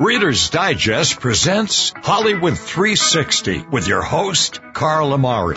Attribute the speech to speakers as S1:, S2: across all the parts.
S1: Reader's Digest presents Hollywood 360 with your host, Carl Amari.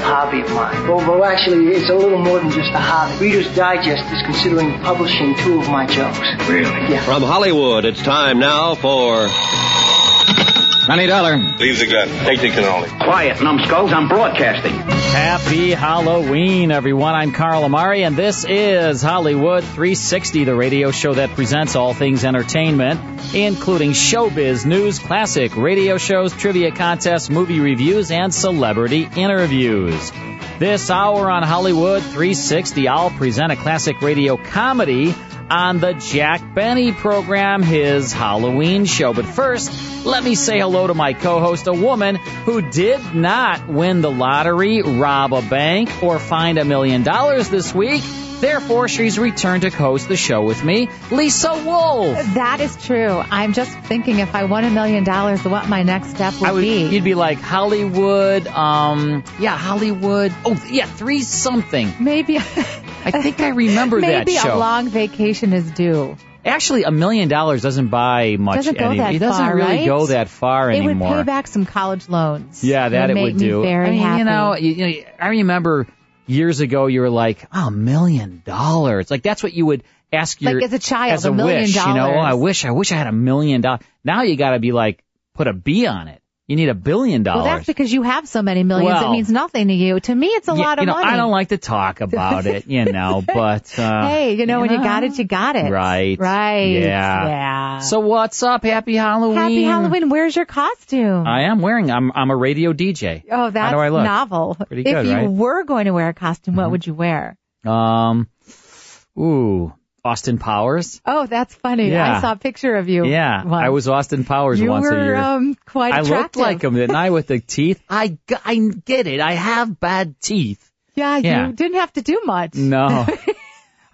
S2: hobby of mine. Well, well, actually, it's a little more than just a hobby. Reader's Digest is considering publishing two of my jokes.
S3: Really?
S2: Yeah.
S4: From Hollywood, it's time now for. Money Dollar.
S5: Leave the gun. Take the cannoli.
S6: Quiet, numbskulls. I'm broadcasting.
S7: Happy Halloween, everyone. I'm Carl Amari, and this is Hollywood 360, the radio show that presents all things entertainment, including showbiz news, classic radio shows, trivia contests, movie reviews, and celebrity interviews. This hour on Hollywood 360, I'll present a classic radio comedy on the Jack Benny program, his Halloween show. But first, let me say hello to my co-host, a woman who did not win the lottery, rob a bank, or find a million dollars this week. Therefore, she's returned to host the show with me, Lisa Wolf.
S8: That is true. I'm just thinking if I won a million dollars, what my next step would,
S7: I would,
S8: be.
S7: you'd be like Hollywood, um, yeah, Hollywood. Oh, yeah, three something.
S8: Maybe.
S7: I think I remember that
S8: Maybe a
S7: show.
S8: long vacation is due.
S7: Actually, a million dollars doesn't buy much.
S8: Doesn't go
S7: any-
S8: that
S7: it doesn't
S8: far,
S7: really
S8: right?
S7: go that far
S8: It would
S7: anymore.
S8: pay back some college loans.
S7: Yeah, that
S8: Would
S7: it
S8: make
S7: would
S8: me
S7: do.
S8: Very
S7: I mean,
S8: happy.
S7: you know, you, you know, I remember years ago you were like, oh, a million dollars. Like that's what you would ask your
S8: Like, as a child,
S7: as
S8: a
S7: a
S8: million
S7: wish. You know,
S8: dollars.
S7: oh, I wish, I wish I had a million dollars. Now you got to be like, put a B on it. You need a billion
S8: well,
S7: dollars.
S8: that's because you have so many millions.
S7: Well-
S8: it means nothing to you. To me, it's a
S7: Yeah,
S8: lot of
S7: you know,
S8: money.
S7: I don't like to talk about it, you know, but uh,
S8: hey, you know, when you got it, you got it.
S7: Right.
S8: Right.
S7: Yeah.
S8: Yeah.
S7: So what's up? Happy Halloween.
S8: Happy Halloween. Where's your costume?
S7: I am wearing. I'm I'm a radio DJ.
S8: oh, that's
S7: Uh, How do I look?
S8: novel.
S7: Pretty
S8: if
S7: good,
S8: you
S7: right? Mm-hmm.
S8: were going to wear a costume, what would you wear?
S7: Um, ooh, Austin Powers.
S8: Oh, that's funny.
S7: Yeah.
S8: I saw a picture of you.
S7: Yeah,
S8: once.
S7: I was Austin Powers
S8: You
S7: once
S8: were
S7: a year.
S8: um quite
S7: I
S8: attractive.
S7: looked like him, didn't I, with the teeth? I, g- I get it. I have bad teeth.
S8: Yeah,
S7: Yeah.
S8: you didn't have to do much.
S7: No.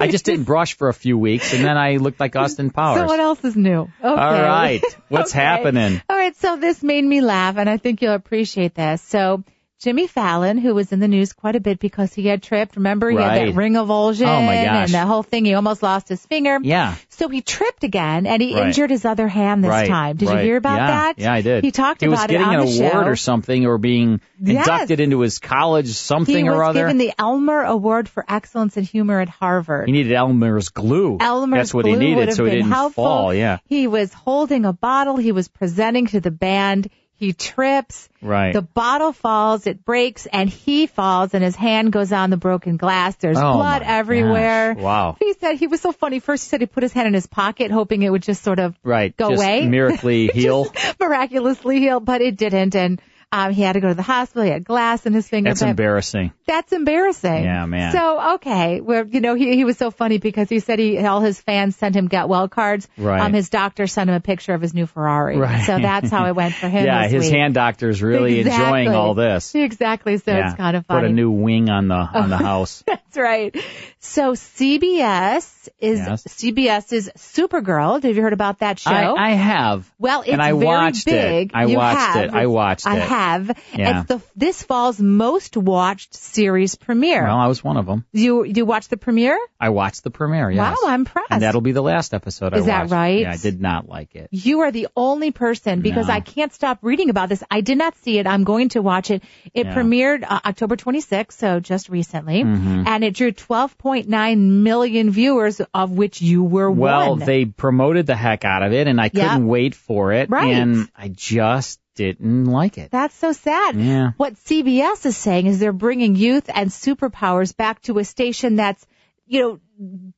S7: I just didn't brush for a few weeks, and then I looked like Austin Powers.
S8: So what else is new? Okay.
S7: All right. What's
S8: Okay. Um,
S7: happening?
S8: All right. So this made me laugh, and I think you'll appreciate this. So Jimmy Fallon, who was in the news quite a bit because he had tripped. Remember, he had
S7: Right.
S8: that ring avulsion
S7: Oh, my gosh.
S8: and the whole thing. He almost lost his finger.
S7: Yeah.
S8: So he tripped again, and he
S7: Right.
S8: injured his other hand this
S7: right.
S8: time. Did
S7: right.
S8: you hear about
S7: yeah.
S8: that?
S7: Yeah, I did.
S8: He talked
S7: he was
S8: about it
S7: getting
S8: on
S7: an
S8: the
S7: award
S8: show.
S7: or something, or being
S8: Yes.
S7: inducted into his college something
S8: he
S7: or
S8: was
S7: other.
S8: given the Elmer Award for Excellence in Humor at Harvard.
S7: he needed Elmer's glue.
S8: Elmer's
S7: That's what
S8: glue
S7: he
S8: would
S7: needed,
S8: have
S7: so he
S8: been
S7: didn't
S8: helpful.
S7: fall. Yeah.
S8: He was holding a bottle. He was presenting to the band. He trips.
S7: Right.
S8: The bottle falls. It breaks, and he falls, and his hand goes on the broken glass. There's
S7: Oh,
S8: blood
S7: my
S8: everywhere.
S7: gosh. Wow.
S8: He said he was so funny. First, he said he put his hand in his pocket, hoping it would just sort of
S7: Right.
S8: go
S7: just
S8: away.
S7: Miraculously heal.
S8: miraculously healed, but it didn't, and. Um, he had to go to the hospital. He had glass in his finger.
S7: That's
S8: but-
S7: embarrassing.
S8: that's embarrassing.
S7: Yeah, man.
S8: So okay, well, you know, he he was so funny because he said he all his fans sent him get well cards.
S7: Right.
S8: Um, his doctor sent him a picture of his new Ferrari.
S7: Right.
S8: So that's how it went for him.
S7: yeah,
S8: this
S7: his
S8: week.
S7: hand doctor's really
S8: Exactly.
S7: enjoying all this.
S8: Exactly. So
S7: yeah.
S8: it's kind of
S7: Put
S8: funny.
S7: a new wing on the on the house.
S8: that's right. So CBS is
S7: Yes.
S8: CBS is Supergirl. Have you heard about that show?
S7: I, I have.
S8: Well, it's
S7: and I
S8: very
S7: watched
S8: big.
S7: it. I
S8: You
S7: watched
S8: have.
S7: it. I watched
S8: I
S7: it.
S8: have.
S7: Yeah.
S8: It's the this fall's most watched series premiere.
S7: Well, I was one of them.
S8: you you watched the premiere?
S7: I watched the premiere. Yes.
S8: Wow, I'm impressed.
S7: And that'll be the last episode.
S8: Is
S7: I
S8: that
S7: watched.
S8: right?
S7: Yeah, I did not like it.
S8: You are the only person because
S7: No.
S8: I can't stop reading about this. I did not see it. I'm going to watch it. It
S7: Yeah.
S8: premiered uh, October 26th, so just recently,
S7: Mm-hmm.
S8: and it drew 12.9 million viewers, of which you were
S7: Well,
S8: one.
S7: they promoted the heck out of it, and I couldn't wait for it.
S8: Right.
S7: And I just didn't like it.
S8: That's so sad.
S7: Yeah.
S8: What CBS is saying is they're bringing youth and superpowers back to a station that's you know,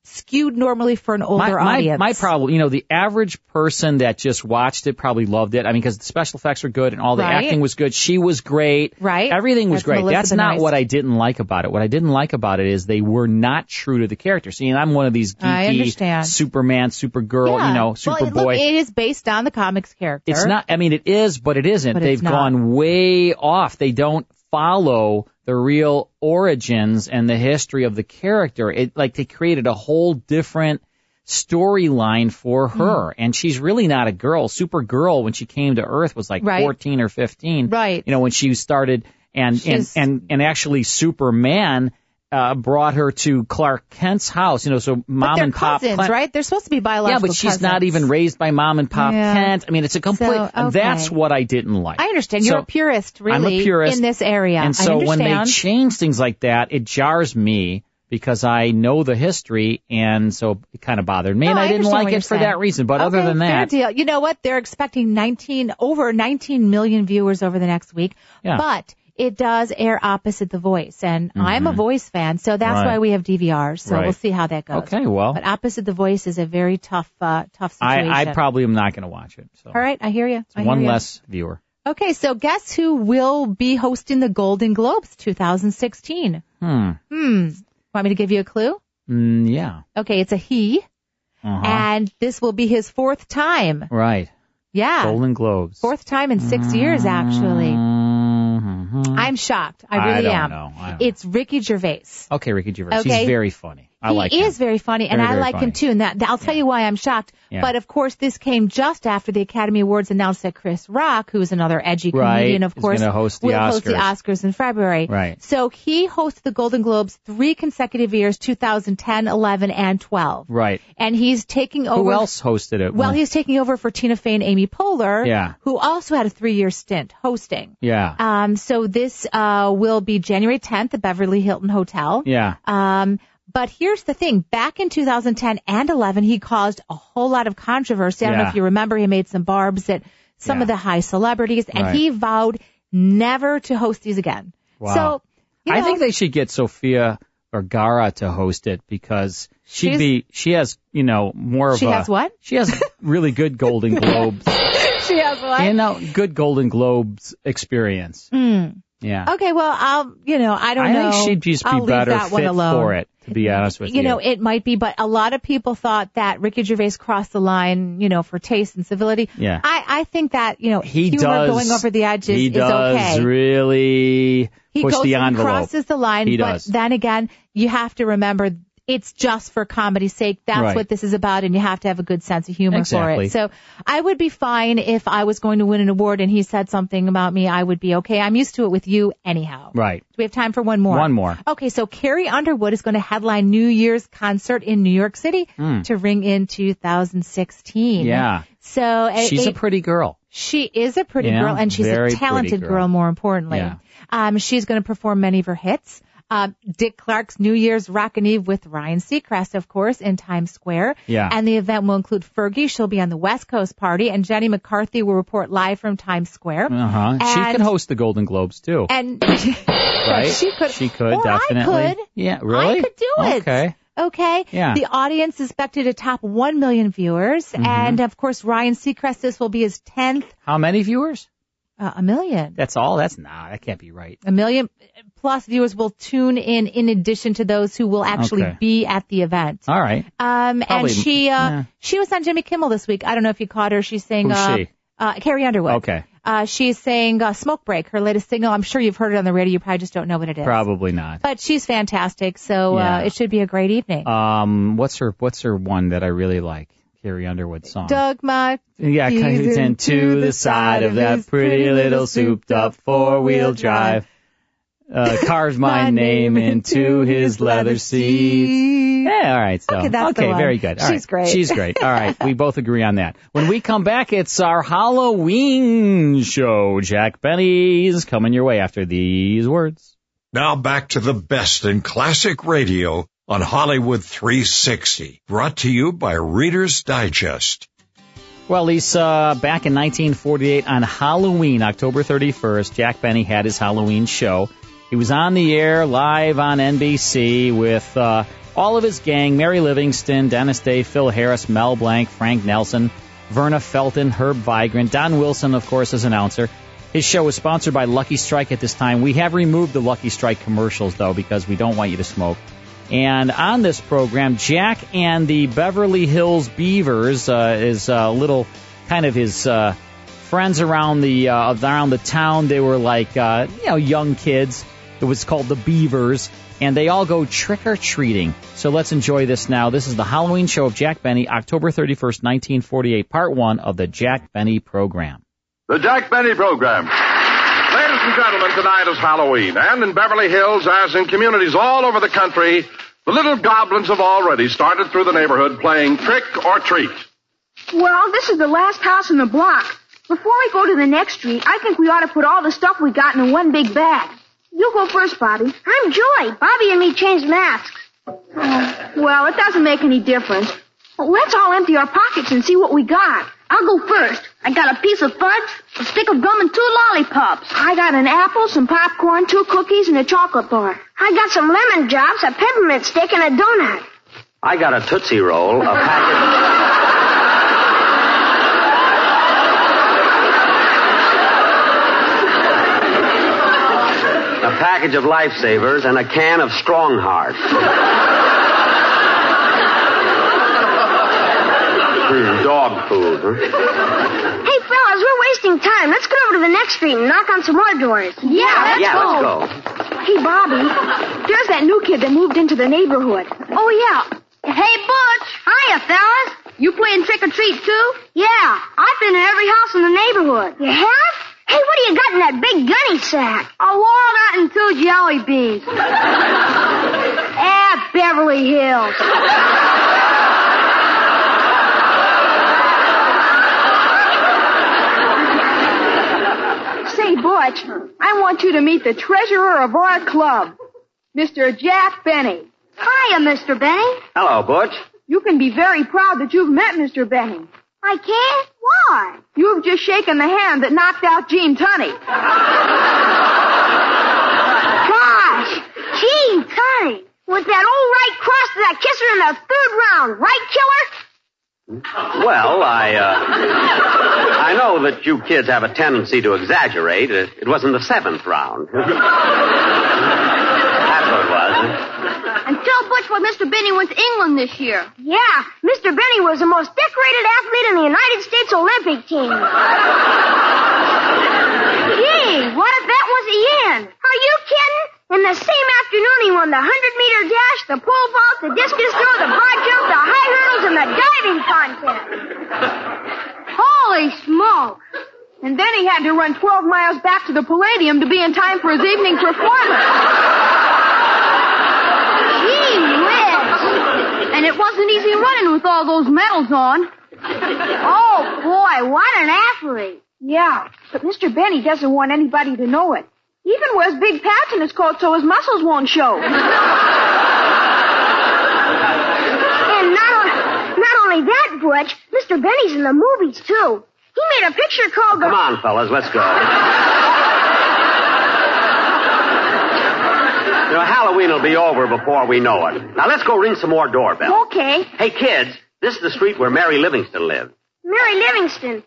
S8: skewed normally for an older
S7: my,
S8: audience.
S7: My problem, you know, the average person that just watched it probably loved it. I mean, because the special effects were good and all the
S8: Right.
S7: acting was good. She was great.
S8: Right.
S7: Everything was
S8: That's
S7: great.
S8: Melissa
S7: That's not
S8: Benoist.
S7: what I didn't like about it. What I didn't like about it is they were not true to the character. See, and I'm one of these
S8: I
S7: geeky
S8: understand.
S7: Superman, Supergirl,
S8: Yeah.
S7: you know,
S8: Well,
S7: Superboy.
S8: it- look, it is based on the comics character.
S7: It's not. I mean, it is, but it isn't.
S8: But
S7: They've
S8: it's not.
S7: gone way off. They don't follow the real origins and the history of the character. It like they created a whole different storyline for
S8: Hmm.
S7: her, and she's really not a girl. Supergirl when she came to Earth was like
S8: Right.
S7: 14 or 15.
S8: Right.
S7: You know when she started, and and
S8: She's-
S7: and and actually Superman. Uh, brought her to Clark Kent's house, you know, so
S8: But
S7: mom
S8: they're
S7: and pop,
S8: cousins,
S7: Clint-
S8: right? They're supposed to be biological
S7: yeah, but she's not
S8: cousins.
S7: even raised by mom and pop
S8: Yeah.
S7: Kent. I mean, it's a complete.
S8: So, okay.
S7: That's what I didn't like.
S8: I understand. You're
S7: So,
S8: a purist, really,
S7: I'm a purist,
S8: in this area.
S7: And
S8: I
S7: so when
S8: understand.
S7: they change things like that, it jars me because I know the history, and so it kind of bothered me,
S8: No,
S7: and I,
S8: I
S7: didn't
S8: understand
S7: like
S8: what
S7: it
S8: you're
S7: for
S8: saying.
S7: that reason. But other
S8: Okay,
S7: than
S8: fair
S7: that,
S8: deal. You know what? They're expecting 19 over 19 million viewers over the next week.
S7: Yeah. Mm-hmm.
S8: But it does air opposite The Voice, and I'm a Voice fan, so that's
S7: Right.
S8: why we have DVRs. So
S7: Right.
S8: we'll see how that goes.
S7: Okay, well.
S8: But opposite The Voice is a very tough, uh, tough situation.
S7: I, I probably am not going to watch it. So
S8: All right, I hear you. I hear
S7: one
S8: ya.
S7: less viewer.
S8: Okay, so guess who will be hosting the Golden Globes 2016?
S7: Hmm.
S8: Hmm. Want me to give you a clue?
S7: Mm, yeah.
S8: Okay, it's a he,
S7: Uh-huh.
S8: and this will be his fourth time.
S7: right.
S8: Yeah.
S7: Golden Globes.
S8: Fourth time in six years, actually.
S7: Mhm.
S8: I'm shocked. I really
S7: don't
S8: am.
S7: know. I don't
S8: It's Ricky Gervais.
S7: okay, Ricky Gervais.
S8: Okay.
S7: He's very funny. I
S8: he
S7: like him.
S8: is very funny, and
S7: Very,
S8: I
S7: very
S8: like
S7: funny.
S8: him too. And that, I'll tell you why I'm shocked.
S7: Yeah.
S8: But of course, this came just after the Academy Awards announced that Chris Rock, who is another edgy
S7: Right,
S8: comedian, of
S7: is
S8: course,
S7: gonna host the
S8: will host the
S7: Oscars.
S8: Oscars in February.
S7: Right.
S8: So he hosted the Golden Globes three consecutive years, 2010, 11, and 12.
S7: Right.
S8: And he's taking over.
S7: Who else hosted it?
S8: Well, he's taking over for Tina Fey and Amy Poehler,
S7: Yeah.
S8: who also had a three-year stint hosting.
S7: yeah.
S8: Um, so this uh, will be January 10th, the Beverly Hilton Hotel.
S7: yeah.
S8: Um, but here's the thing. Back in 2010 and 11, he caused a whole lot of controversy. I don't know
S7: Yeah.
S8: if you remember, he made some barbs at some of the
S7: Yeah.
S8: high celebrities, and
S7: Right.
S8: he vowed never to host these again.
S7: Wow.
S8: So, you
S7: I
S8: know,
S7: think they should get Sophia Vergara to host it because she'd
S8: She's-
S7: be she has you know more of
S8: She
S7: a
S8: has what?
S7: she has really good Golden Globes
S8: she has one.
S7: you know good Golden Globes experience. Yeah,
S8: Hmm. okay, well, I'll, you know, I don't
S7: I
S8: know.
S7: think she'd just be
S8: I'll leave
S7: better
S8: that one
S7: fit
S8: alone.
S7: for it. To be honest with you,
S8: you know, it might be, but a lot of people thought that Ricky Gervais crossed the line, you know, for taste and civility.
S7: Yeah.
S8: I, I think that, you know,
S7: he
S8: humor
S7: does
S8: going over the edge is,
S7: He
S8: is
S7: does
S8: okay.
S7: really
S8: he
S7: push
S8: goes
S7: the
S8: and
S7: envelope.
S8: crosses the line.
S7: He
S8: but
S7: does.
S8: then again, you have to remember it's just for comedy's sake. That's
S7: Right.
S8: what this is about, and you have to have a good sense of humor for
S7: Exactly.
S8: it. So I would be fine if I was going to win an award and he said something about me. I would be okay. I'm used to it with you anyhow.
S7: right.
S8: Do we have time for one more? Oh,
S7: One more.
S8: Okay, so Carrie Underwood is going to headline New Year's concert in New York City to ring in 2016.
S7: Hmm. Yeah.
S8: So a-
S7: She's a
S8: a-
S7: pretty girl.
S8: she is a pretty
S7: Yeah,
S8: girl, and she's a
S7: very
S8: talented
S7: pretty
S8: girl.
S7: girl.
S8: More importantly,
S7: Yeah.
S8: um, she's going to perform many of her hits. Um, Dick Clark's New Year's Rockin' Eve with Ryan Seacrest, of course, in Times Square.
S7: Yeah.
S8: And the event will include Fergie. She'll be on the West Coast party, and Jenny McCarthy will report live from Times Square.
S7: Uh huh. She
S8: And-
S7: can host the Golden Globes too.
S8: And
S7: right?
S8: she could.
S7: She could
S8: or
S7: definitely.
S8: I could.
S7: Yeah, really?
S8: I could do it.
S7: Okay.
S8: Okay.
S7: Yeah. Mm-hmm.
S8: The audience is expected to top 1 million viewers. And of course, Ryan Seacrest, this will be his 10th,
S7: How many viewers?
S8: uh, a million.
S7: That's all. That's nah. That can't be right.
S8: A million plus viewers will tune in in addition to those who will actually
S7: Okay.
S8: be at the event.
S7: All right.
S8: Um, and
S7: Probably-
S8: she, uh,
S7: yeah.
S8: she was on Jimmy Kimmel this week. I don't know if you caught her. She's saying,
S7: Who's
S8: uh,
S7: she?
S8: uh, Carrie Underwood.
S7: Okay.
S8: Uh, she's saying, uh, Smoke Break, her latest single. I'm sure you've heard it on the radio. You probably just don't know what it is.
S7: Probably not.
S8: But she's fantastic. So,
S7: Yeah.
S8: uh, it should be a great evening.
S7: Um, what's her What's her one that I really like? Carrie Underwood song.
S8: Dogma.
S7: yeah,
S8: he's
S7: he's into the side of that
S8: his
S7: pretty little souped up four wheel drive. Uh, carves my name into his leather seats. Yeah, all right. So,
S8: Okay, that's the
S7: okay,
S8: one.
S7: very good. All
S8: She's
S7: right.
S8: great.
S7: She's great. All right, we both agree on that. When we come back, it's our Halloween show. Jack Benny's coming your way after these words.
S1: Now back to the best in classic radio on Hollywood 360, brought to you by Reader's Digest.
S7: Well, Lisa, back in 1948 on Halloween, October 31st, Jack Benny had his Halloween show. He was on the air live on NBC with uh, all of his gang Mary Livingston, Dennis Day, Phil Harris, Mel Blanc, Frank Nelson, Verna Felton, Herb Vigrant, Don Wilson, of course, as announcer. His show is sponsored by Lucky Strike at this time. We have removed the Lucky Strike commercials, though, because we don't want you to smoke. And on this program, Jack and the Beverly Hills Beavers uh, is a little kind of his uh, friends around the uh, around the town. They were like uh, you know young kids. It was called the Beavers, and they all go trick or treating. So let's enjoy this now. This is the Halloween show of Jack Benny, October 31st, 1948, part one of the Jack Benny program.
S5: The Jack Benny Program. Ladies and gentlemen, tonight is Halloween, and in Beverly Hills, as in communities all over the country, the little goblins have already started through the neighborhood playing trick or treat.
S9: Well, this is the last house in the block. Before we go to the next street, I think we ought to put all the stuff we got in one big bag. You go first, Bobby. I'm Joy. Bobby and me changed masks. Oh, well, it doesn't make any difference. Well, let's all empty our pockets and see what we got. I'll go first. I got a piece of fudge, a stick of gum, and two lollipops. I got an apple, some popcorn, two cookies, and a chocolate bar. I got some lemon drops, a peppermint stick, and a donut.
S6: I got a Tootsie Roll, a packet. A package of lifesavers and a can of Strongheart. Hmm, dog food, huh?
S9: Hey, fellas, we're wasting time. Let's get over to the next street and knock on some more doors. Yeah, let's
S6: yeah,
S9: go.
S6: let's go.
S9: Hey, Bobby, there's that new kid that moved into the neighborhood. Oh, yeah. Hey, Butch. Hiya, fellas. You playing trick or treat, too? Yeah. I've been to every house in the neighborhood. You have? Hey, what do you got in that big gunny sack? A walnut and two jelly beans. ah, Beverly Hills. Say, Butch, I want you to meet the treasurer of our club, Mr. Jack Benny. Hiya, Mr. Benny.
S6: Hello, Butch.
S9: You can be very proud that you've met Mr. Benny. I can't? Why? You've just shaken the hand that knocked out Gene Tunney. Gosh! Gene Tunney! Was that old right cross to that kisser in the third round, right, killer?
S6: Well, I, uh, I know that you kids have a tendency to exaggerate. It, it wasn't the seventh round. That's what it was.
S9: And tell Butch why Mr. Benny went to England this year. Yeah, Mr. Benny was the most decorated athlete in the United States Olympic team. Gee, what if that was the end? Are you kidding? In the same afternoon, he won the 100 meter dash, the pole vault, the discus throw, the bar jump, the high hurdles, and the diving contest. Holy smoke! And then he had to run 12 miles back to the Palladium to be in time for his evening performance. Gee whiz! And it wasn't easy running with all those medals on. Oh boy, what an athlete! Yeah, but Mr. Benny doesn't want anybody to know it. He even wears big pads in his coat so his muscles won't show. and not only, not only that, Butch, Mr. Benny's in the movies too. He made a picture called the.
S6: Come on, fellas, let's go. You know, Halloween will be over before we know it. Now let's go ring some more doorbells.
S9: Okay,
S6: Hey, kids, this is the street where Mary Livingston lived.
S9: Mary Livingston. Isn't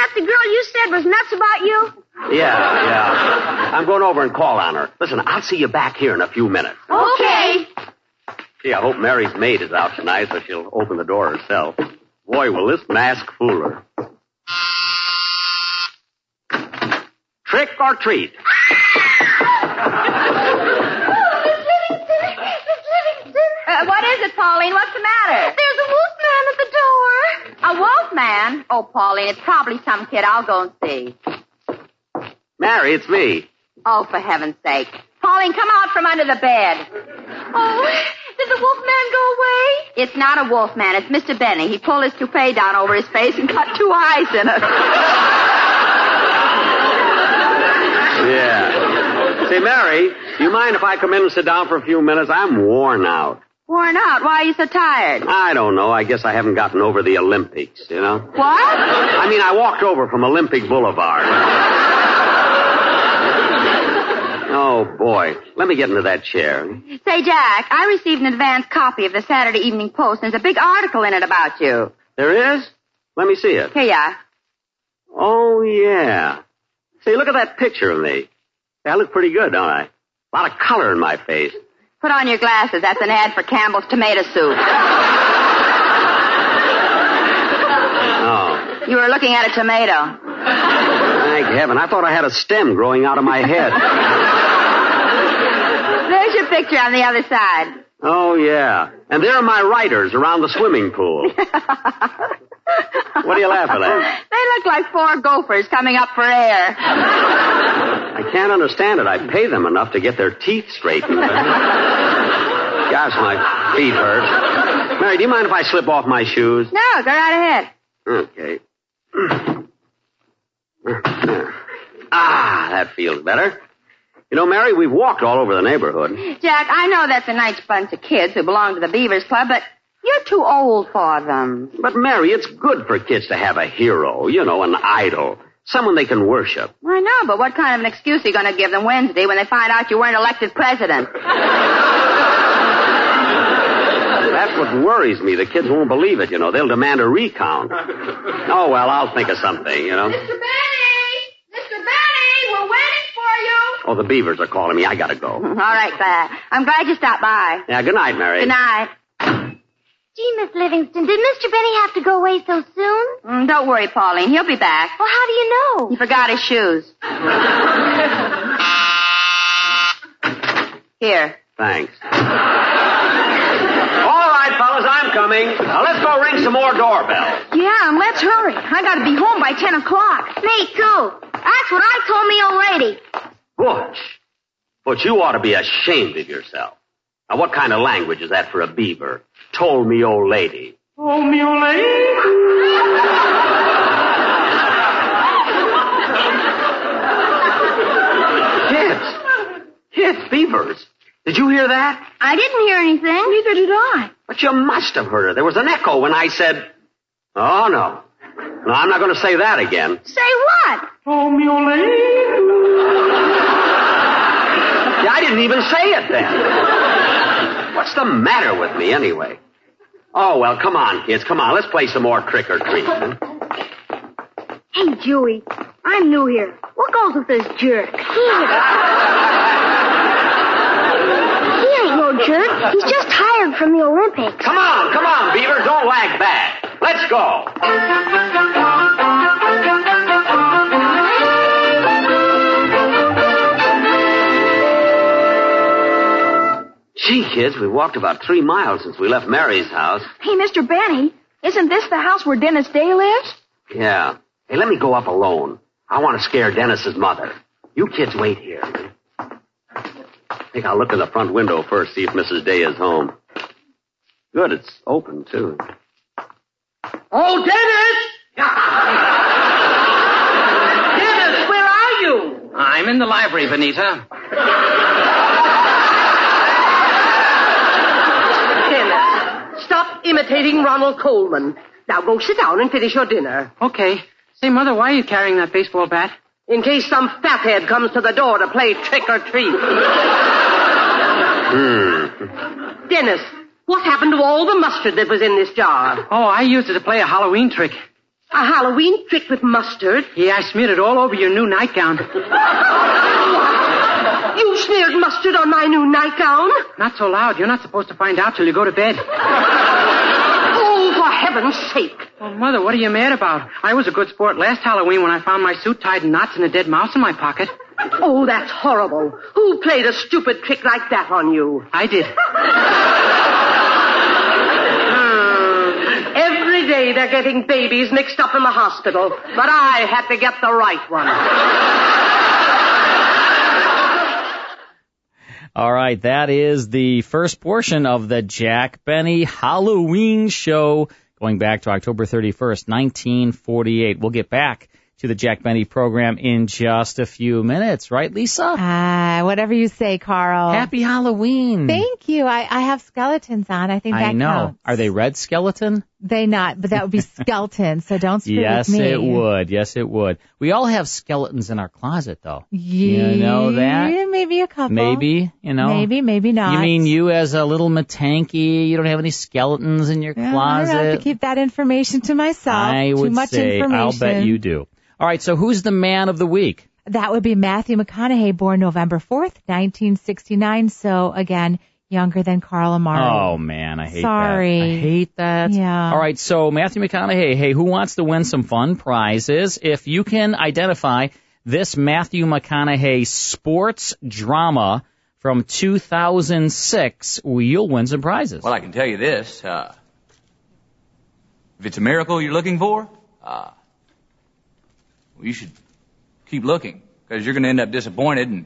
S9: that the girl you said was nuts about you?
S6: Yeah, yeah. I'm going over and call on her. Listen, I'll see you back here in a few minutes.
S9: Okay.
S6: Gee, I hope Mary's maid is out tonight so she'll open the door herself. Boy, will this mask fool her. Trick or treat?
S9: Miss Livingston! Miss Livingston!
S10: Uh, what is it, Pauline? What's the matter?
S9: There's a wolf man at the door.
S10: A wolf man? Oh, Pauline, it's probably some kid. I'll go and see.
S6: Mary, it's me.
S10: Oh, for heaven's sake. Pauline, come out from under the bed.
S9: Oh, did the wolf man go away?
S10: It's not a wolf man. It's Mr. Benny. He pulled his toupee down over his face and got two eyes in it.
S6: Yeah. Say, Mary, do you mind if I come in and sit down for a few minutes? I'm worn out.
S10: Worn out. Why are you so tired?
S6: I don't know. I guess I haven't gotten over the Olympics, you know?
S10: What?
S6: I mean, I walked over from Olympic Boulevard. Oh, boy. Let me get into that chair.
S10: Say, Jack, I received an advance copy of the Saturday Evening Post, and there's a big article in it about you.
S6: There is? Let me see it.
S10: Here you are.
S6: Oh, yeah. See, look at that picture of me. I look pretty good, don't I? A lot of color in my face.
S10: Put on your glasses. That's an ad for Campbell's tomato soup.
S6: Oh,
S10: You were looking at a tomato.
S6: thank heaven. I thought I had a stem growing out of my head.
S10: There's your picture on the other side.
S6: Oh, yeah. And there are my riders around the swimming pool. What are you laughing at?
S10: They look like four gophers coming up for air.
S6: I can't understand it. I pay them enough to get their teeth straightened. Gosh, my feet hurt. Mary, do you mind if I slip off my shoes?
S10: No, go right ahead.
S6: Okay. Ah, that feels better. You know, Mary, we've walked all over the neighborhood.
S10: Jack, I know that's a nice bunch of kids who belong to the Beavers Club, but you're too old for them.
S6: But Mary, it's good for kids to have a hero, you know, an idol, someone they can worship.
S10: I know, but what kind of an excuse are you going to give them Wednesday when they find out you weren't elected president?
S6: That's what worries me. The kids won't believe it, you know. They'll demand a recount. Oh, well, I'll think of something, you know.
S10: Mr. Benny, we're waiting for you.
S6: Oh, the beavers are calling me. I gotta
S10: All
S6: go.
S10: right, Claire. I'm glad you stopped by.
S6: Yeah, good night, Mary.
S10: Good night.
S11: Gee, Miss Livingston, did Mr. Benny have to go away so soon?
S10: Mm, don't worry, Pauline. He'll be back.
S11: Well, how do you know?
S10: He forgot his shoes. Here.
S6: Thanks. All right, fellas, I'm coming. Now let's go ring some more doorbells.
S9: Yeah, and let's hurry. I gotta be home by 10 o'clock.
S11: Me too. That's what I told me old lady.
S6: Butch. Butch, you ought to be ashamed of yourself. Now, what kind of language is that for a beaver? Told me, old lady.
S9: Oh, me
S6: Kids. Kids, beavers. Did you hear that?
S11: I didn't hear anything. Neither did I.
S6: But you must have heard it. There was an echo when I said, Oh, no. No, I'm not going to say that again.
S11: Say what?
S9: Oh, me
S6: Yeah, I didn't even say it then. What's the matter with me anyway? Oh, well, come on, kids. Come on. Let's play some more trick or treat. huh?
S11: Hey, Dewey, I'm new here. What goes with this jerk? He, he ain't no jerk. He's just hired from the Olympics.
S6: Come on, come on, Beaver. Don't lag back. Let's go. Gee, kids, we walked about three miles since we left Mary's house.
S9: Hey, Mr. Benny, isn't this the house where Dennis Day lives?
S6: Yeah. Hey, let me go up alone. I want to scare Dennis's mother. You kids wait here. I think I'll look in the front window first, see if Mrs. Day is home. Good, it's open, too.
S9: Oh, Dennis! Dennis, where are you?
S12: I'm in the library, Benita.
S9: Dennis, stop imitating Ronald Coleman. Now go sit down and finish your dinner.
S12: Okay. Say, Mother, why are you carrying that baseball bat?
S9: In case some fathead comes to the door to play trick or treat.
S6: Hmm.
S9: Dennis, what happened to all the mustard that was in this jar?
S12: Oh, I used it to play a Halloween trick.
S9: A Halloween trick with mustard?
S12: Yeah, I smeared it all over your new nightgown.
S9: You smeared mustard on my new nightgown?
S12: Not so loud. You're not supposed to find out till you go to bed.
S9: Oh, for heaven's sake.
S12: Well, Oh, Mother, what are you mad about? I was a good sport last Halloween when I found my suit tied in knots and a dead mouse in my pocket.
S9: Oh, that's horrible. Who played a stupid trick like that on you?
S12: I did.
S9: Hmm. Every day they're getting babies mixed up in the hospital, but I had to get the right one.
S7: All right, that is the first portion of the Jack Benny Halloween show going back to October 31st, 1948. We'll get back to the Jack Benny program in just a few minutes, right, Lisa?
S8: Ah, whatever you say, Carl.
S7: Happy Halloween.
S8: Thank you. I, I have skeletons on. I think that
S7: I know.
S8: counts.
S7: Are they red skeleton?
S8: They not, but that would be skeleton. So don't screw
S7: yes,
S8: with me.
S7: it would. Yes, it would. We all have skeletons in our closet, though.
S8: Yeah,
S7: You know that?
S8: Maybe a couple.
S7: Maybe, you know.
S8: Maybe, maybe not.
S7: You mean you as a little matanky, you don't have any skeletons in your
S8: Yeah, I
S7: closet?
S8: don't have to keep that information to myself.
S7: I
S8: Too
S7: would
S8: much
S7: say
S8: information.
S7: I'll bet you do. All right, so who's the man of the week?
S8: That would be Matthew McConaughey, born November 4th, 1969. So again, younger than Carl Amari.
S7: Oh man, I hate
S8: Sorry. uh,
S7: that. I hate that.
S8: Yeah.
S7: All right, so Matthew McConaughey, hey, who wants to win some fun prizes? If you can identify this Matthew McConaughey sports drama from 2006, well, you'll win some prizes.
S13: Well, I can tell you this. Uh, if it's a miracle you're looking for, uh, well, you should keep looking because you're going to end up disappointed and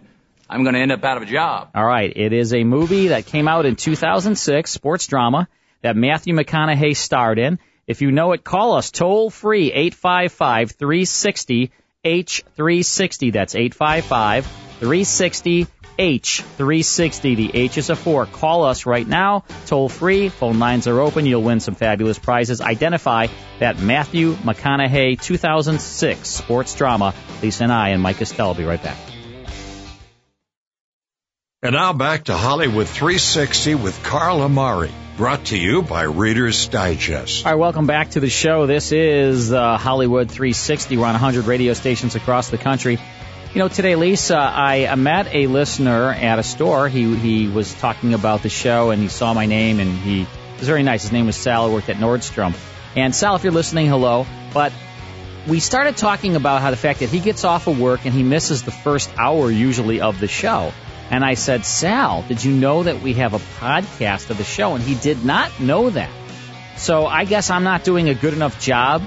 S13: I'm going to end up out of a job.
S7: All right, it is a movie that came out in 2006, sports drama that Matthew McConaughey starred in. If you know it, call us toll free 855 360 H360. That's 855 360 H360. The H is a 4. Call us right now, toll free. Phone lines are open. You'll win some fabulous prizes. Identify that Matthew McConaughey 2006 sports drama. Lisa and I and Mike Estelle will be right back.
S1: And now back to Hollywood 360 with Carl Amari, brought to you by Reader's Digest.
S7: All right, welcome back to the show. This is uh, Hollywood 360. We're on 100 radio stations across the country. You know, today, Lisa, I uh, met a listener at a store. He he was talking about the show and he saw my name and he was very nice. His name was Sal. He worked at Nordstrom. And Sal, if you're listening, hello. But we started talking about how the fact that he gets off of work and he misses the first hour usually of the show. And I said, Sal, did you know that we have a podcast of the show? And he did not know that. So I guess I'm not doing a good enough job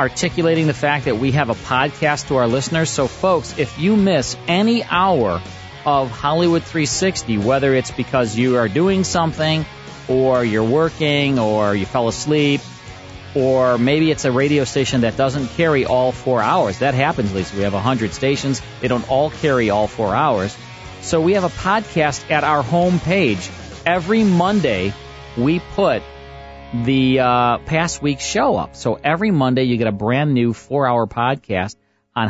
S7: articulating the fact that we have a podcast to our listeners. So, folks, if you miss any hour of Hollywood 360, whether it's because you are doing something, or you're working, or you fell asleep, or maybe it's a radio station that doesn't carry all four hours. That happens, Lisa. We have 100 stations. They don't all carry all four hours. So we have a podcast at our home page. Every Monday, we put the uh, past week's show up. So every Monday, you get a brand new four hour podcast on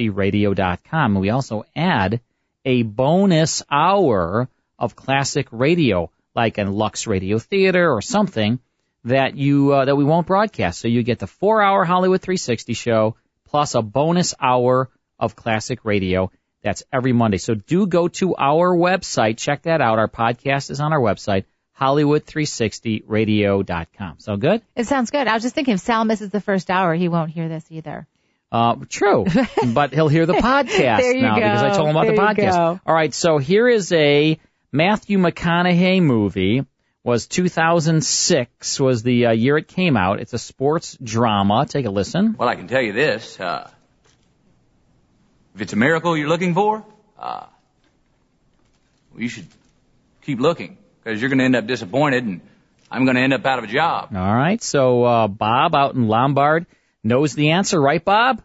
S7: Hollywood360radio.com. We also add a bonus hour of classic radio, like a Lux Radio Theater or something that you uh, that we won't broadcast. So you get the four hour Hollywood 360 show plus a bonus hour of classic radio. That's every Monday. So do go to our website. Check that out. Our podcast is on our website, Hollywood360radio.com. So good?
S8: It sounds good. I was just thinking if Sal misses the first hour, he won't hear this either.
S7: Uh, true, but he'll hear the podcast
S8: There you
S7: now because I
S8: go.
S7: told him about
S8: There
S7: the
S8: you
S7: podcast.
S8: go.
S7: All right, so here is a Matthew McConaughey movie. Was 2006 was the uh, year it came out. It's a sports drama. Take a listen.
S13: Well, I can tell you this. Uh, if it's a miracle you're looking for, uh, well, you should keep looking because you're going to end up disappointed and I'm going to end up out of a job.
S7: All right, so uh, Bob out in Lombard knows the answer, right, Bob?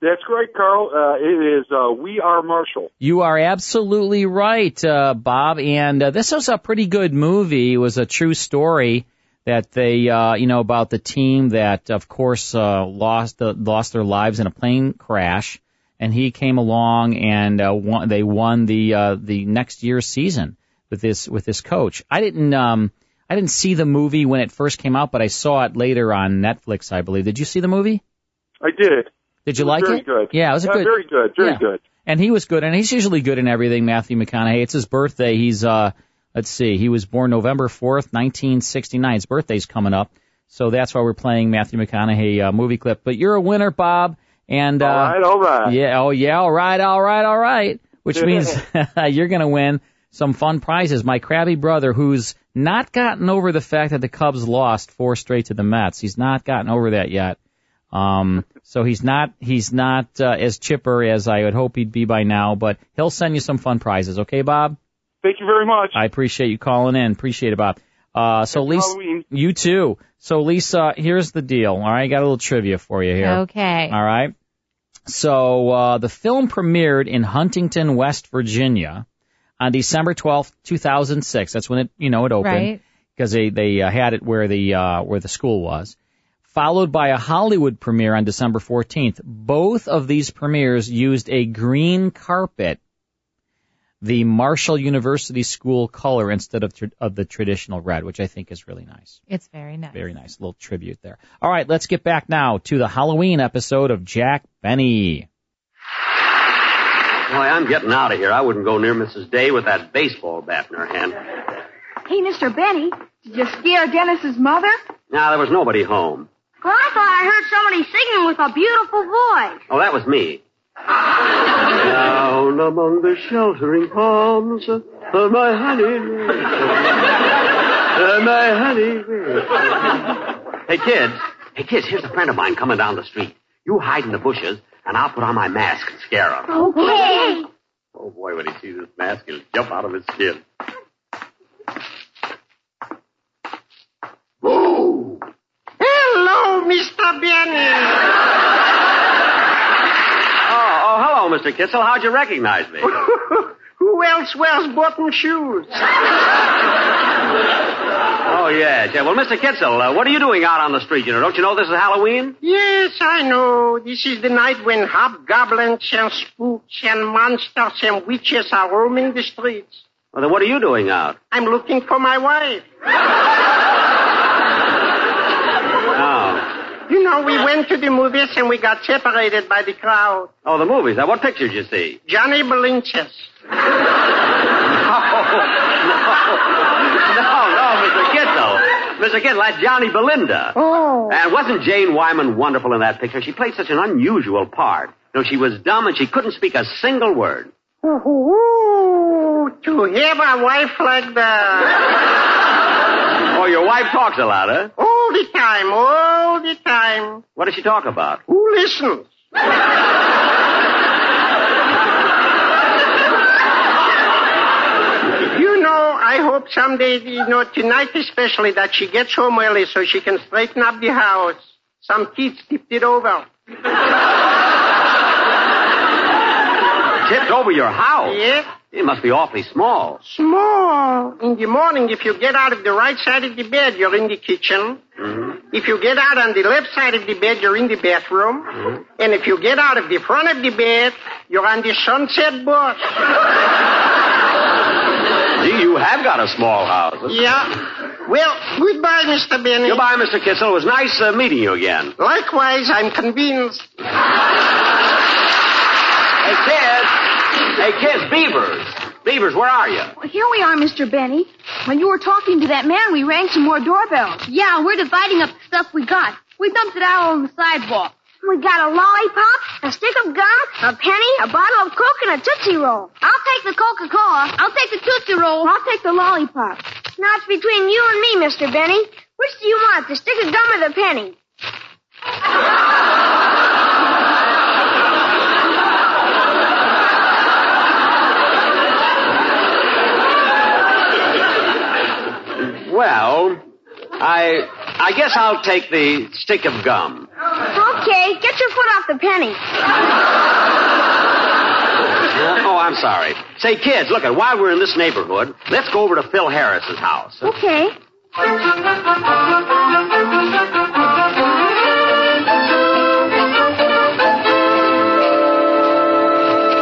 S14: That's great, Carl. Uh, it is uh, We Are Marshall.
S7: You are absolutely right, uh, Bob. And uh, this was a pretty good movie. It was a true story that they, uh, you know, about the team that, of course, uh, lost uh, lost their lives in a plane crash, and he came along and uh, won, they won the uh, the next year's season with this with this coach. I didn't um I didn't see the movie when it first came out, but I saw it later on Netflix, I believe. Did you see the movie?
S14: I did.
S7: Did you like
S14: very
S7: it?
S14: Good.
S7: Yeah, it was a
S14: Uh,
S7: good.
S14: Very good. Very
S7: Yeah.
S14: good.
S7: And he was good, and he's usually good in everything. Matthew McConaughey. It's his birthday. He's uh, let's see, he was born November fourth, nineteen sixty nine. His birthday's coming up, so that's why we're playing Matthew McConaughey uh, movie clip. But you're a winner, Bob. And uh, all
S14: right, all right.
S7: Yeah, oh yeah, all right, all right, all right. Which means you're gonna win some fun prizes. My crabby brother, who's not gotten over the fact that the Cubs lost four straight to the Mets. He's not gotten over that yet. Um, so he's not he's not uh, as chipper as I would hope he'd be by now, but he'll send you some fun prizes. Okay, Bob.
S14: Thank you very much.
S7: I appreciate you calling in. Appreciate it, Bob. Uh, so Lisa,
S14: Halloween.
S7: you too. So Lisa, here's the deal. All right, I got a little trivia for you here.
S8: Okay.
S7: All right. So uh, the film premiered in Huntington, West Virginia, on December twelfth, two thousand six. That's when it you know it opened.
S8: Right.
S7: because they they uh, had it where the uh, where the school was. Followed by a Hollywood premiere on December 14th. Both of these premieres used a green carpet, the Marshall University School color instead of tr- of the traditional red, which I think is really nice.
S8: It's very nice.
S7: Very nice little tribute there. All right, let's get back now to the Halloween episode of Jack Benny.
S6: Boy, I'm getting out of here. I wouldn't go near Mrs. Day with that baseball bat in her hand.
S9: Hey, Mr. Benny, did you scare Dennis's mother?
S6: Now, there was nobody home.
S11: Well, I thought I heard somebody singing with a beautiful voice.
S6: Oh, that was me. Down among the sheltering palms, uh, my honey, uh, my honey. Hey, kids. Hey, kids, here's a friend of mine coming down the street. You hide in the bushes, and I'll put on my mask and scare him.
S11: Okay.
S6: Oh, boy, when he sees this mask, he'll jump out of his skin.
S15: Hello, Mr. Benny.
S6: Oh, oh, hello, Mr. Kitzel. How'd you recognize me?
S15: Who else wears button shoes?
S6: Oh, yes. Yeah, well, Mr. Kitzel, uh, what are you doing out on the street? You know, don't you know this is Halloween?
S15: Yes, I know. This is the night when hobgoblins and spooks and monsters and witches are roaming the streets.
S6: Well, then what are you doing out?
S15: I'm looking for my wife.
S6: Oh.
S15: You know, we went to the movies and we got separated by the crowd.
S6: Oh, the movies. Now, what picture did you see?
S15: Johnny Belinches.
S6: No, no, Mr. Kitzel. Mr. Kitzel, that's Johnny Belinda.
S15: Oh.
S6: And wasn't Jane Wyman wonderful in that picture? She played such an unusual part. No, she was dumb and she couldn't speak a single word.
S15: Ooh, to have a wife like that.
S6: Oh, your wife talks a lot, huh?
S15: All the time, all the time.
S6: What does she talk about?
S15: Who listens? you know, I hope someday, you know, tonight especially, that she gets home early so she can straighten up the house. Some kids tipped it over.
S6: Tipped over your house.
S15: Yes.
S6: It must be awfully small.
S15: Small. In the morning, if you get out of the right side of the bed, you're in the kitchen. If you get out on the left side of the bed, you're in the bathroom.
S6: Mm-hmm.
S15: And if you get out of the front of the bed, you're on the sunset board.
S6: Gee, you have got a small house.
S15: yeah. Well, goodbye, Mr. Benny.
S6: Goodbye, Mr. Kitzel. It was nice uh, meeting you again.
S15: Likewise, I'm convinced.
S6: Hey, kids. Hey, kids, Beavers. Beavers, where are you?
S9: Well, here we are, Mr. Benny. When you were talking to that man, we rang some more doorbells.
S11: Yeah, we're dividing up the stuff we got. We dumped it out on the sidewalk.
S9: We got a lollipop, a stick of gum, a penny, a bottle of Coke, and a Tootsie
S11: I'll
S9: Roll.
S11: take the Coca-Cola. I'll take the Tootsie Roll.
S9: I'll take the lollipop.
S11: Now it's between you and me, Mr. Benny. Which do you want, the stick of gum or the penny?
S6: Well, I I guess I'll take the stick of gum.
S9: Okay, get your foot off the penny.
S6: Oh, I'm sorry. Say, kids, look at while we're in this neighborhood, let's go over to Phil Harris's house.
S9: Okay.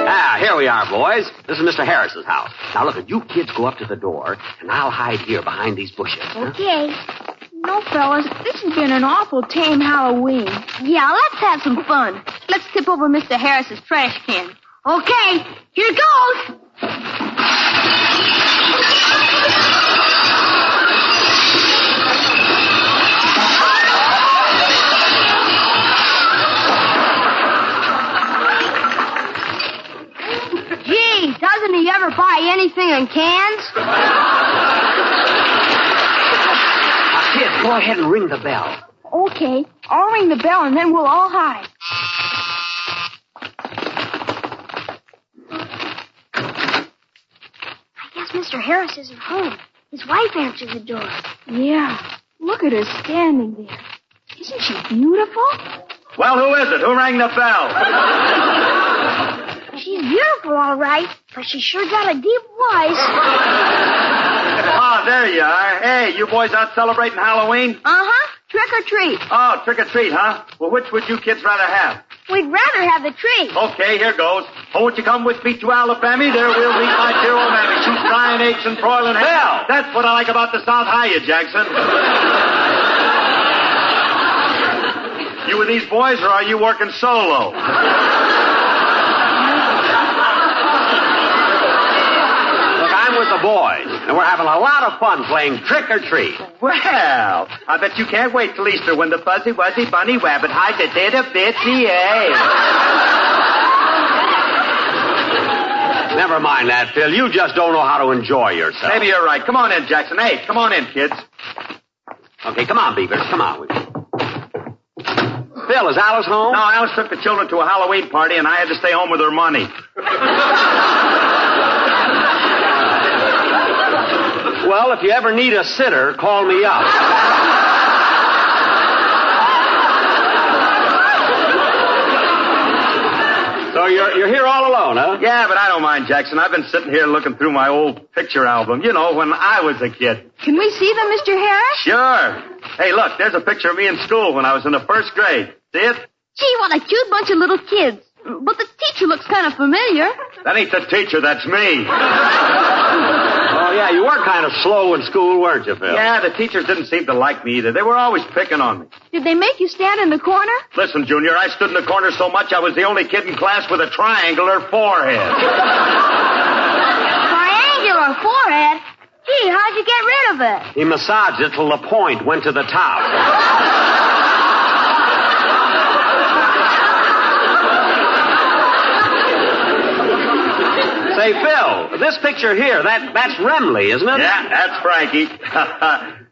S6: Ah, here we are, boys. This is Mr. Harris's house. Now look at you kids go up to the door, and I'll hide here behind these bushes.
S9: Okay. No, fellas, this has been an awful tame Halloween.
S11: Yeah, let's have some fun. Let's tip over Mr. Harris's trash can. Okay, here goes.
S9: Gee, doesn't he ever buy anything in cans?
S6: Now, kids, go ahead and ring the bell.
S9: Okay, I'll ring the bell and then we'll all hide.
S11: I guess Mr. Harris isn't home. His wife answered the door.
S9: Yeah, look at her standing there. Isn't she beautiful?
S16: Well, who is it? Who rang the bell?
S11: She's beautiful, all right, but she sure got a deep voice.
S16: Ah, there you are. Hey, you boys out celebrating Halloween?
S11: Uh-huh. Trick or treat.
S16: Oh, trick or treat, huh? Well, which would you kids rather have?
S11: We'd rather have the treat.
S16: Okay, here goes. Oh, won't you come with me to Alabama? There we'll meet my dear old mammy. She's frying eggs and broiling ham. Hell, that's what I like about the South. Hiya, Jackson. you and these boys, or are you working solo?
S6: Look, I'm with the boys, and we're having a lot of fun playing trick or treat.
S16: Well, I bet you can't wait till Easter when the fuzzy wuzzy bunny rabbit hides a data bitsy egg.
S6: Never mind that, Phil. You just don't know how to enjoy yourself.
S16: Maybe you're right. Come on in, Jackson. Hey, come on in, kids.
S6: Okay, come on, Beavers. Come on. Phil, is Alice home?
S16: No, Alice took the children to a Halloween party, and I had to stay home with her money.
S6: Well, if you ever need a sitter, call me up. so you're, you're here all alone, huh?
S16: Yeah, but I don't mind, Jackson. I've been sitting here looking through my old picture album, you know, when I was a kid.
S11: Can we see them, Mr. Harris?
S16: Sure. Hey, look, there's a picture of me in school when I was in the first grade. See it?
S11: Gee, what a cute bunch of little kids. But the teacher looks kind of familiar.
S16: That ain't the teacher, that's me.
S6: Oh, yeah, you were kind of slow in school, weren't you, Phil?
S16: Yeah, the teachers didn't seem to like me either. They were always picking on me.
S11: Did they make you stand in the corner?
S16: Listen, Junior, I stood in the corner so much I was the only kid in class with a triangular forehead.
S11: triangular forehead? Gee, how'd you get rid of it?
S6: He massaged it till the point went to the top. Say, Phil, this picture here, that, that's Remley, isn't it?
S16: Yeah, that's Frankie.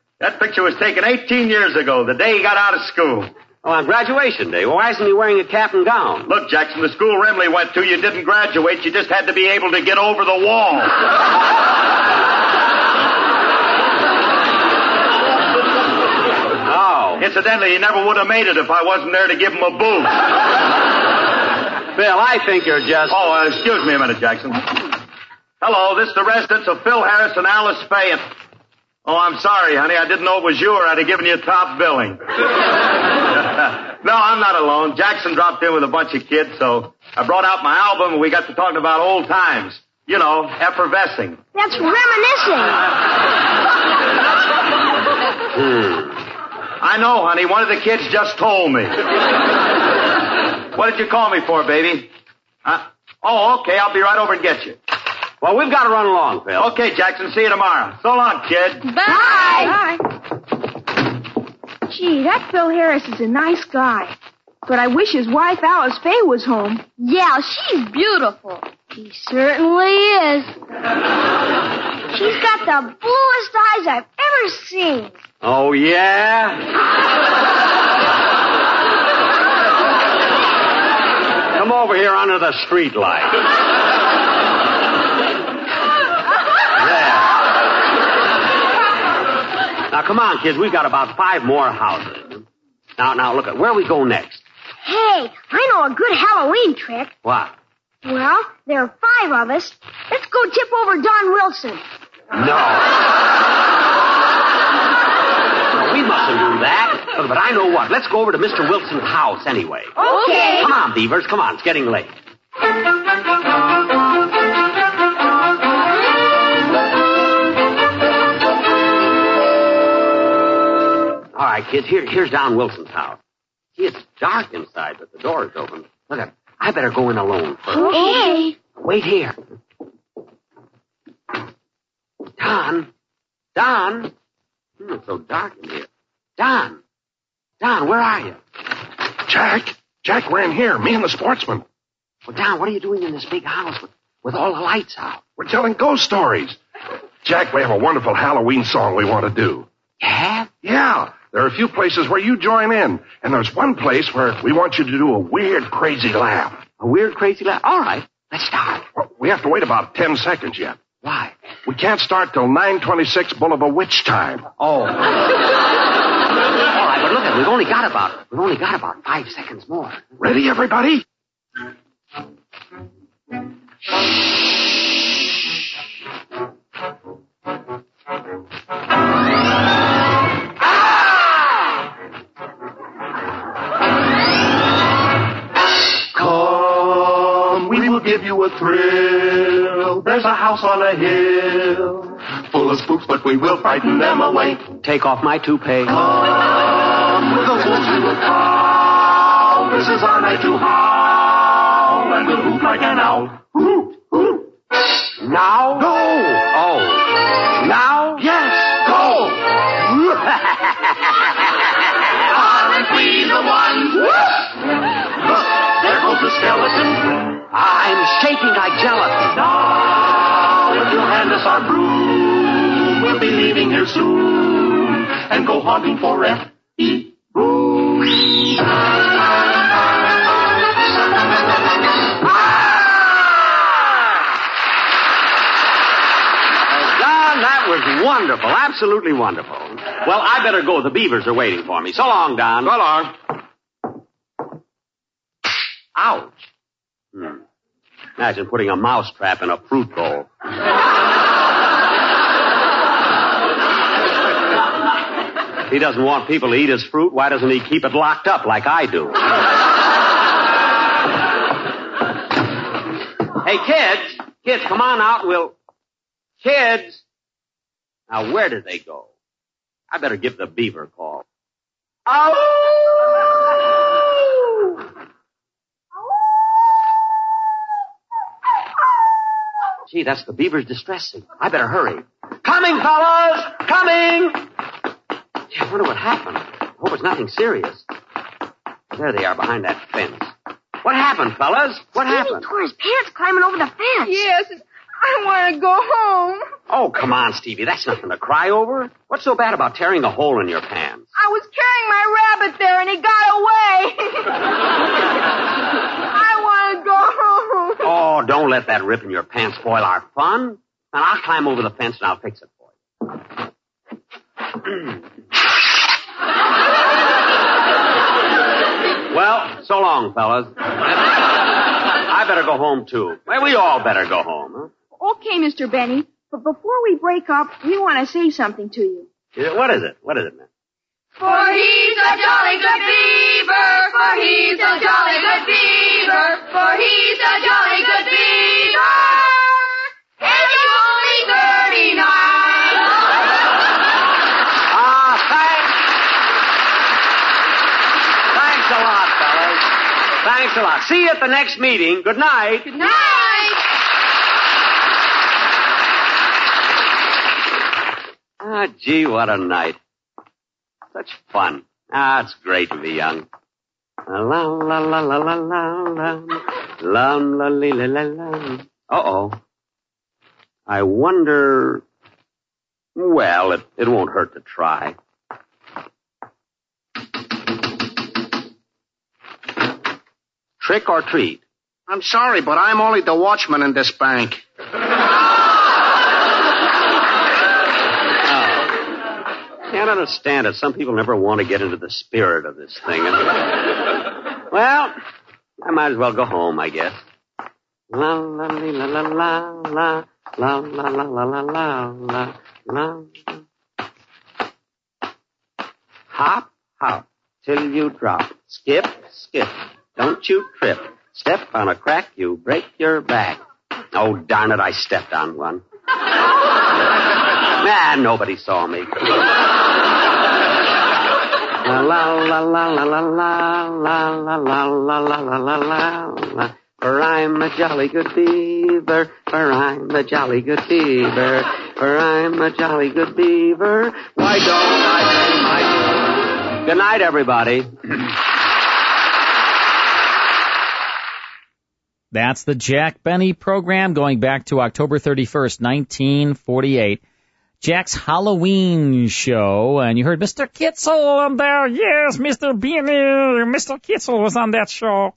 S16: that picture was taken 18 years ago, the day he got out of school.
S6: Oh, on graduation day. Well, why isn't he wearing a cap and gown?
S16: Look, Jackson, the school Remley went to, you didn't graduate. You just had to be able to get over the wall.
S6: oh.
S16: Incidentally, he never would have made it if I wasn't there to give him a boost.
S6: Phil, I think you're just.
S16: Oh, uh, excuse me a minute, Jackson. Hello, this is the residence of Phil Harris and Alice Fayette. Oh, I'm sorry, honey. I didn't know it was you or I'd have given you top billing. no, I'm not alone. Jackson dropped in with a bunch of kids, so I brought out my album and we got to talking about old times. You know, effervescing.
S11: That's reminiscing.
S16: hmm. I know, honey. One of the kids just told me. What did you call me for, baby? Uh, oh, okay. I'll be right over and get you.
S6: Well, we've got to run along, Phil.
S16: Okay, Jackson. See you tomorrow. So long, kid.
S11: Bye. Bye. Bye. Gee, that Phil Harris is a nice guy. But I wish his wife Alice Faye was home.
S10: Yeah, she's beautiful.
S11: He certainly is. She's got the bluest eyes I've ever seen.
S6: Oh, yeah? Come over here under the street light. there. Now come on, kids. We've got about five more houses. Now, now look at where we go next.
S9: Hey, I know a good Halloween trick.
S6: What?
S9: Well, there are five of us. Let's go tip over Don Wilson.
S6: No. no we mustn't do that. But, but, I know what. Let's go over to Mr. Wilson's house anyway.
S11: Okay.
S6: Come on, Beavers. Come on. It's getting late. All right, kids. Here, here's Don Wilson's house. Gee, it's dark inside, but the door is open. Look at I better go in alone first.
S11: Okay.
S6: Wait here. Don. Don. Hmm, it's so dark in here. Don. Don, where are you?
S14: Jack? Jack, we're in here. Me and the sportsman.
S6: Well, Don, what are you doing in this big house with, with all the lights out?
S14: We're telling ghost stories. Jack, we have a wonderful Halloween song we want to do.
S6: You have?
S14: Yeah. There are a few places where you join in, and there's one place where we want you to do a weird, crazy laugh.
S6: A weird, crazy laugh? All right. Let's start.
S14: Well, we have to wait about ten seconds yet.
S6: Why?
S14: We can't start till 926 Boulevard Witch time.
S6: Oh. All right, but look at it. We've only got about we've only got about five seconds more.
S14: Ready, everybody?
S17: give you a thrill. There's a house on a hill full of spooks, but we will frighten them away.
S6: Take off my toupee.
S17: Come with a wolf to a cow. This is our night to howl, and we'll hoot like an owl. Hoot, hoot.
S6: Now?
S17: Go!
S6: Oh. Now?
S17: Yes, Oh. go! Aren't we the ones? Look, there goes the skeleton.
S6: I'm shaking like gelatin.
S17: Now, if you'll hand us our broom, we'll be leaving here soon and go hunting for F.E. Bruce.
S6: Don, that was wonderful. Absolutely wonderful. Well, I better go. The beavers are waiting for me. So long, Don.
S5: So long.
S6: Ouch. Hmm. Imagine putting a mousetrap in a fruit bowl. if he doesn't want people to eat his fruit, why doesn't he keep it locked up like I do? hey, kids! Kids, come on out. We'll. Kids! Now, where did they go? I better give the beaver a call.
S17: Oh!
S6: Gee, that's the beaver's distressing. I better hurry. Coming, fellas! Coming! Gee, I wonder what happened. I hope it's nothing serious. There they are behind that fence. What happened, fellas? What
S9: Stevie
S6: happened?
S9: tore his pants climbing over the fence.
S18: Yes, I want to go home.
S6: Oh, come on, Stevie. That's nothing to cry over. What's so bad about tearing a hole in your pants?
S18: I was carrying my rabbit there and he got away. I want to go home.
S6: Oh, don't let that rip in your pants spoil our fun. Now, I'll climb over the fence and I'll fix it for you.
S17: Oh.
S6: well, so long, fellas. I better go home, too. Well, we all better go home, huh?
S9: Okay, Mr. Benny, but before we break up, we want to say something to you.
S6: Yeah, What is it? What is it, man?
S18: For he's a jolly good beaver, for he's a jolly good beaver, for he's a jolly good beaver. Age only 39.
S6: Ah, thanks. Thanks a lot, fellas. Thanks a lot. See you at the next meeting. Good night.
S18: Good night.
S6: Ah, gee, what a night. Such fun. Ah, it's great to be young. La la la la la la la. La la li, la la la. Uh-oh. I wonder... Well, it, it won't hurt to try. Trick or treat?
S15: I'm sorry, but I'm only the watchman in this bank.
S6: Can't understand it. Some people never want to get into the spirit of this thing. well, I might as well go home, I guess. La la li, la la la la la la la la la la la la. Hop, hop, till you drop. Skip, skip, don't you trip. Step on a crack, you break your back. Oh, darn it, I stepped on one. nah, nobody saw me. La la la la la la la la la la la la la la la la. For I'm a jolly good beaver. For I'm a jolly good beaver. For I'm a jolly good beaver. Why don't I pay my? Good night, everybody.
S7: That's the Jack Benny program going back to October 31st, 1948. Jack's Halloween show, and you heard Mr. Kitzel on um, there. Yes, Mr. Benny, Mr. Kitzel was on that show.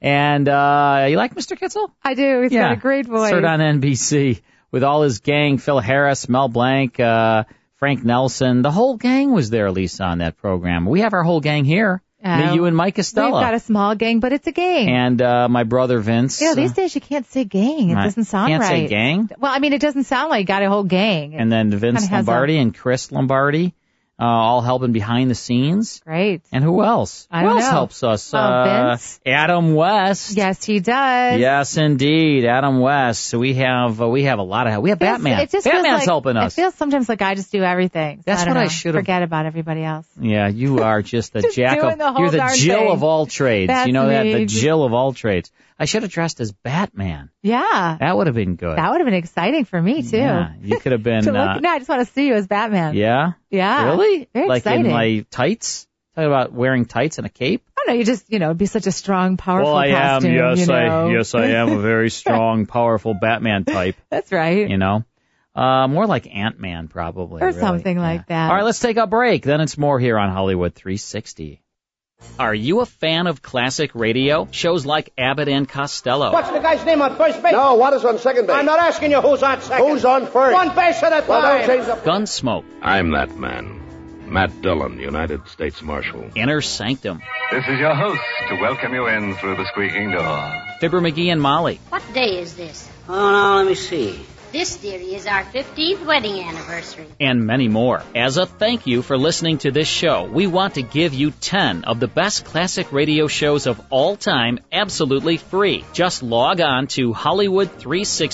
S7: And uh you like Mr. Kitzel?
S8: I do. He's
S7: Yeah.
S8: got a great voice.
S7: Served on NBC with all his gang, Phil Harris, Mel Blanc, uh, Frank Nelson. The whole gang was there, Lisa, on that program. We have our whole gang here.
S8: Oh.
S7: Me, you, and Mike
S8: We've
S7: Estella.
S8: got a small gang, but it's a gang.
S7: and uh, my brother Vince.
S8: yeah, these days you can't say gang. It
S7: Right.
S8: doesn't sound
S7: Can't
S8: right.
S7: say gang.
S8: Well, I mean, it doesn't sound like you got a whole gang.
S7: and then Vince
S8: Kinda has
S7: Lombardi and Chris Lombardi. uh, all helping behind the scenes.
S8: Great.
S7: And who else?
S8: I
S7: who
S8: don't
S7: else
S8: know.
S7: helps us?
S8: Oh,
S7: Uh,
S8: Vince?
S7: Adam West.
S8: Yes, he does.
S7: Yes, indeed, Adam West. So we have uh, we have a lot of help. We have
S8: Feels-
S7: Batman.
S8: It just
S7: Batman's
S8: feels like,
S7: helping us.
S8: It feels sometimes like I just do everything. So
S7: That's
S8: don't
S7: what I
S8: know.
S7: should've-
S8: Forget about everybody else.
S7: Yeah, you are just the jack
S8: doing
S7: of
S8: the whole
S7: you're the
S8: darn
S7: Jill
S8: thing.
S7: of all trades.
S8: That's
S7: you know that the
S8: me.
S7: Jill of all trades. I should have dressed as Batman.
S8: Yeah.
S7: That would have been good.
S8: That would have been exciting for me too.
S7: yeah, you could have been.
S8: to look,
S7: uh,
S8: no, I just want to see you as Batman.
S7: yeah.
S8: Yeah.
S7: Really?
S8: Very
S7: like
S8: exciting.
S7: in my tights? Talking about wearing tights and a cape.
S8: I don't know. You just, you know, it'd be such a strong, powerful
S7: well, I
S8: costume.
S7: am. Yes,
S8: you know.
S7: I yes I am a very strong, powerful Batman type.
S8: That's right.
S7: You know, uh, more like Ant Man probably.
S8: or
S7: really.
S8: something like that.
S7: All right, let's take a break. Then it's more here on Hollywood 360. Are you a fan of classic radio? Shows like Abbott and Costello.
S19: What's the guy's name on first base? No, what is on second base? I'm not asking you who's on second. Who's on first? One base at a time.
S20: Well, don't change
S7: Gunsmoke.
S20: I'm that man, Matt Dillon, United States Marshal.
S7: Inner Sanctum.
S21: This is your host to welcome you in through the squeaking door.
S7: Fibber McGee and Molly.
S22: What day is this?
S21: Oh, now let me see.
S22: This, dearie, is our 15th wedding anniversary.
S7: and many more. As a thank you for listening to this show, we want to give you 10 of the best classic radio shows of all time absolutely free. Just log on to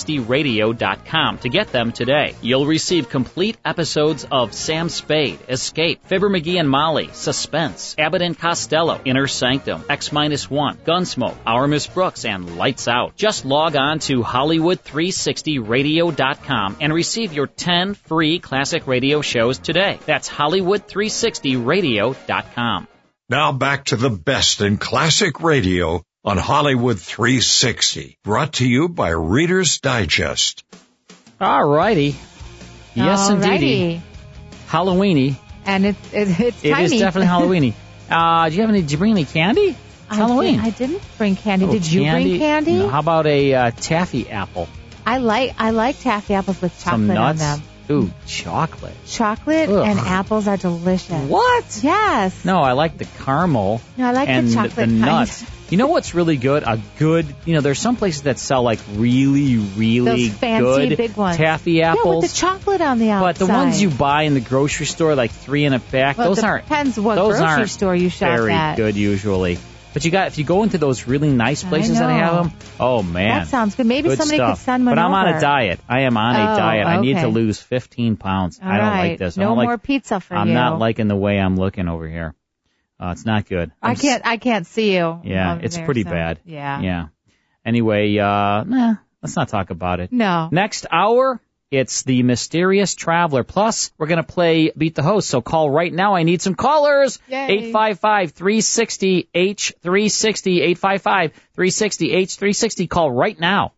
S7: Hollywood360radio.com to get them today. You'll receive complete episodes of Sam Spade, Escape, Fibber McGee and Molly, Suspense, Abbott and Costello, Inner Sanctum, X Minus One, Gunsmoke, Our Miss Brooks, and Lights Out. Just log on to Hollywood360radio.com and receive your 10 free classic radio shows today. That's Hollywood360radio.com.
S1: Now back to the best in classic radio on Hollywood 360, brought to you by Reader's Digest.
S7: All righty. Yes, indeedy.
S8: Alrighty.
S7: Halloweeny.
S8: And it, it, it's
S7: It is
S8: tiny.
S7: definitely Halloweeny. Uh, do you have any? Did you bring any candy? It's
S8: I
S7: Halloween.
S8: Did, I didn't bring candy.
S7: Oh,
S8: Did you bring candy?
S7: No, how about a uh, taffy apple?
S8: I like I like taffy apples with chocolate
S7: Some nuts.
S8: on them.
S7: Ooh, chocolate.
S8: Chocolate
S7: Ugh.
S8: and apples are delicious.
S7: What?
S8: Yes.
S7: No, I like the caramel.
S8: No, I like the
S7: and
S8: chocolate
S7: the
S8: kind.
S7: nuts. You know what's really good? A good, you know, there's some places that sell like really, really
S8: Those fancy
S7: good
S8: big ones.
S7: taffy
S8: Yeah,
S7: apples.
S8: with the chocolate on the outside.
S7: but the ones you buy in the grocery store, like three in a pack,
S8: well,
S7: those
S8: it
S7: aren't
S8: depends what
S7: those
S8: grocery
S7: aren't
S8: store you shop
S7: very
S8: at.
S7: good usually. But you got if you go into those really nice
S8: I
S7: places that
S8: know.
S7: have them, oh man,
S8: That sounds good. Maybe
S7: Good
S8: somebody
S7: stuff.
S8: could send one
S7: But I'm on a
S8: over.
S7: diet. I am on a
S8: Oh,
S7: diet. I need
S8: okay.
S7: to lose 15 pounds.
S8: All
S7: I don't like
S8: right.
S7: this. I
S8: No
S7: don't like,
S8: more pizza for
S7: I'm
S8: you.
S7: not liking the way I'm looking over here. Uh, it's not good.
S8: I
S7: I'm
S8: can't I can't see you.
S7: yeah,
S8: over
S7: it's
S8: there,
S7: pretty
S8: so-
S7: bad.
S8: Yeah.
S7: Yeah. Anyway, uh, nah, let's not talk about it.
S8: No.
S7: Next hour, it's the mysterious traveler. Plus, we're gonna play beat the host. So call right now. I need some callers.
S8: Yay.
S7: 855-360-H360. 855-360-H360. Call right now.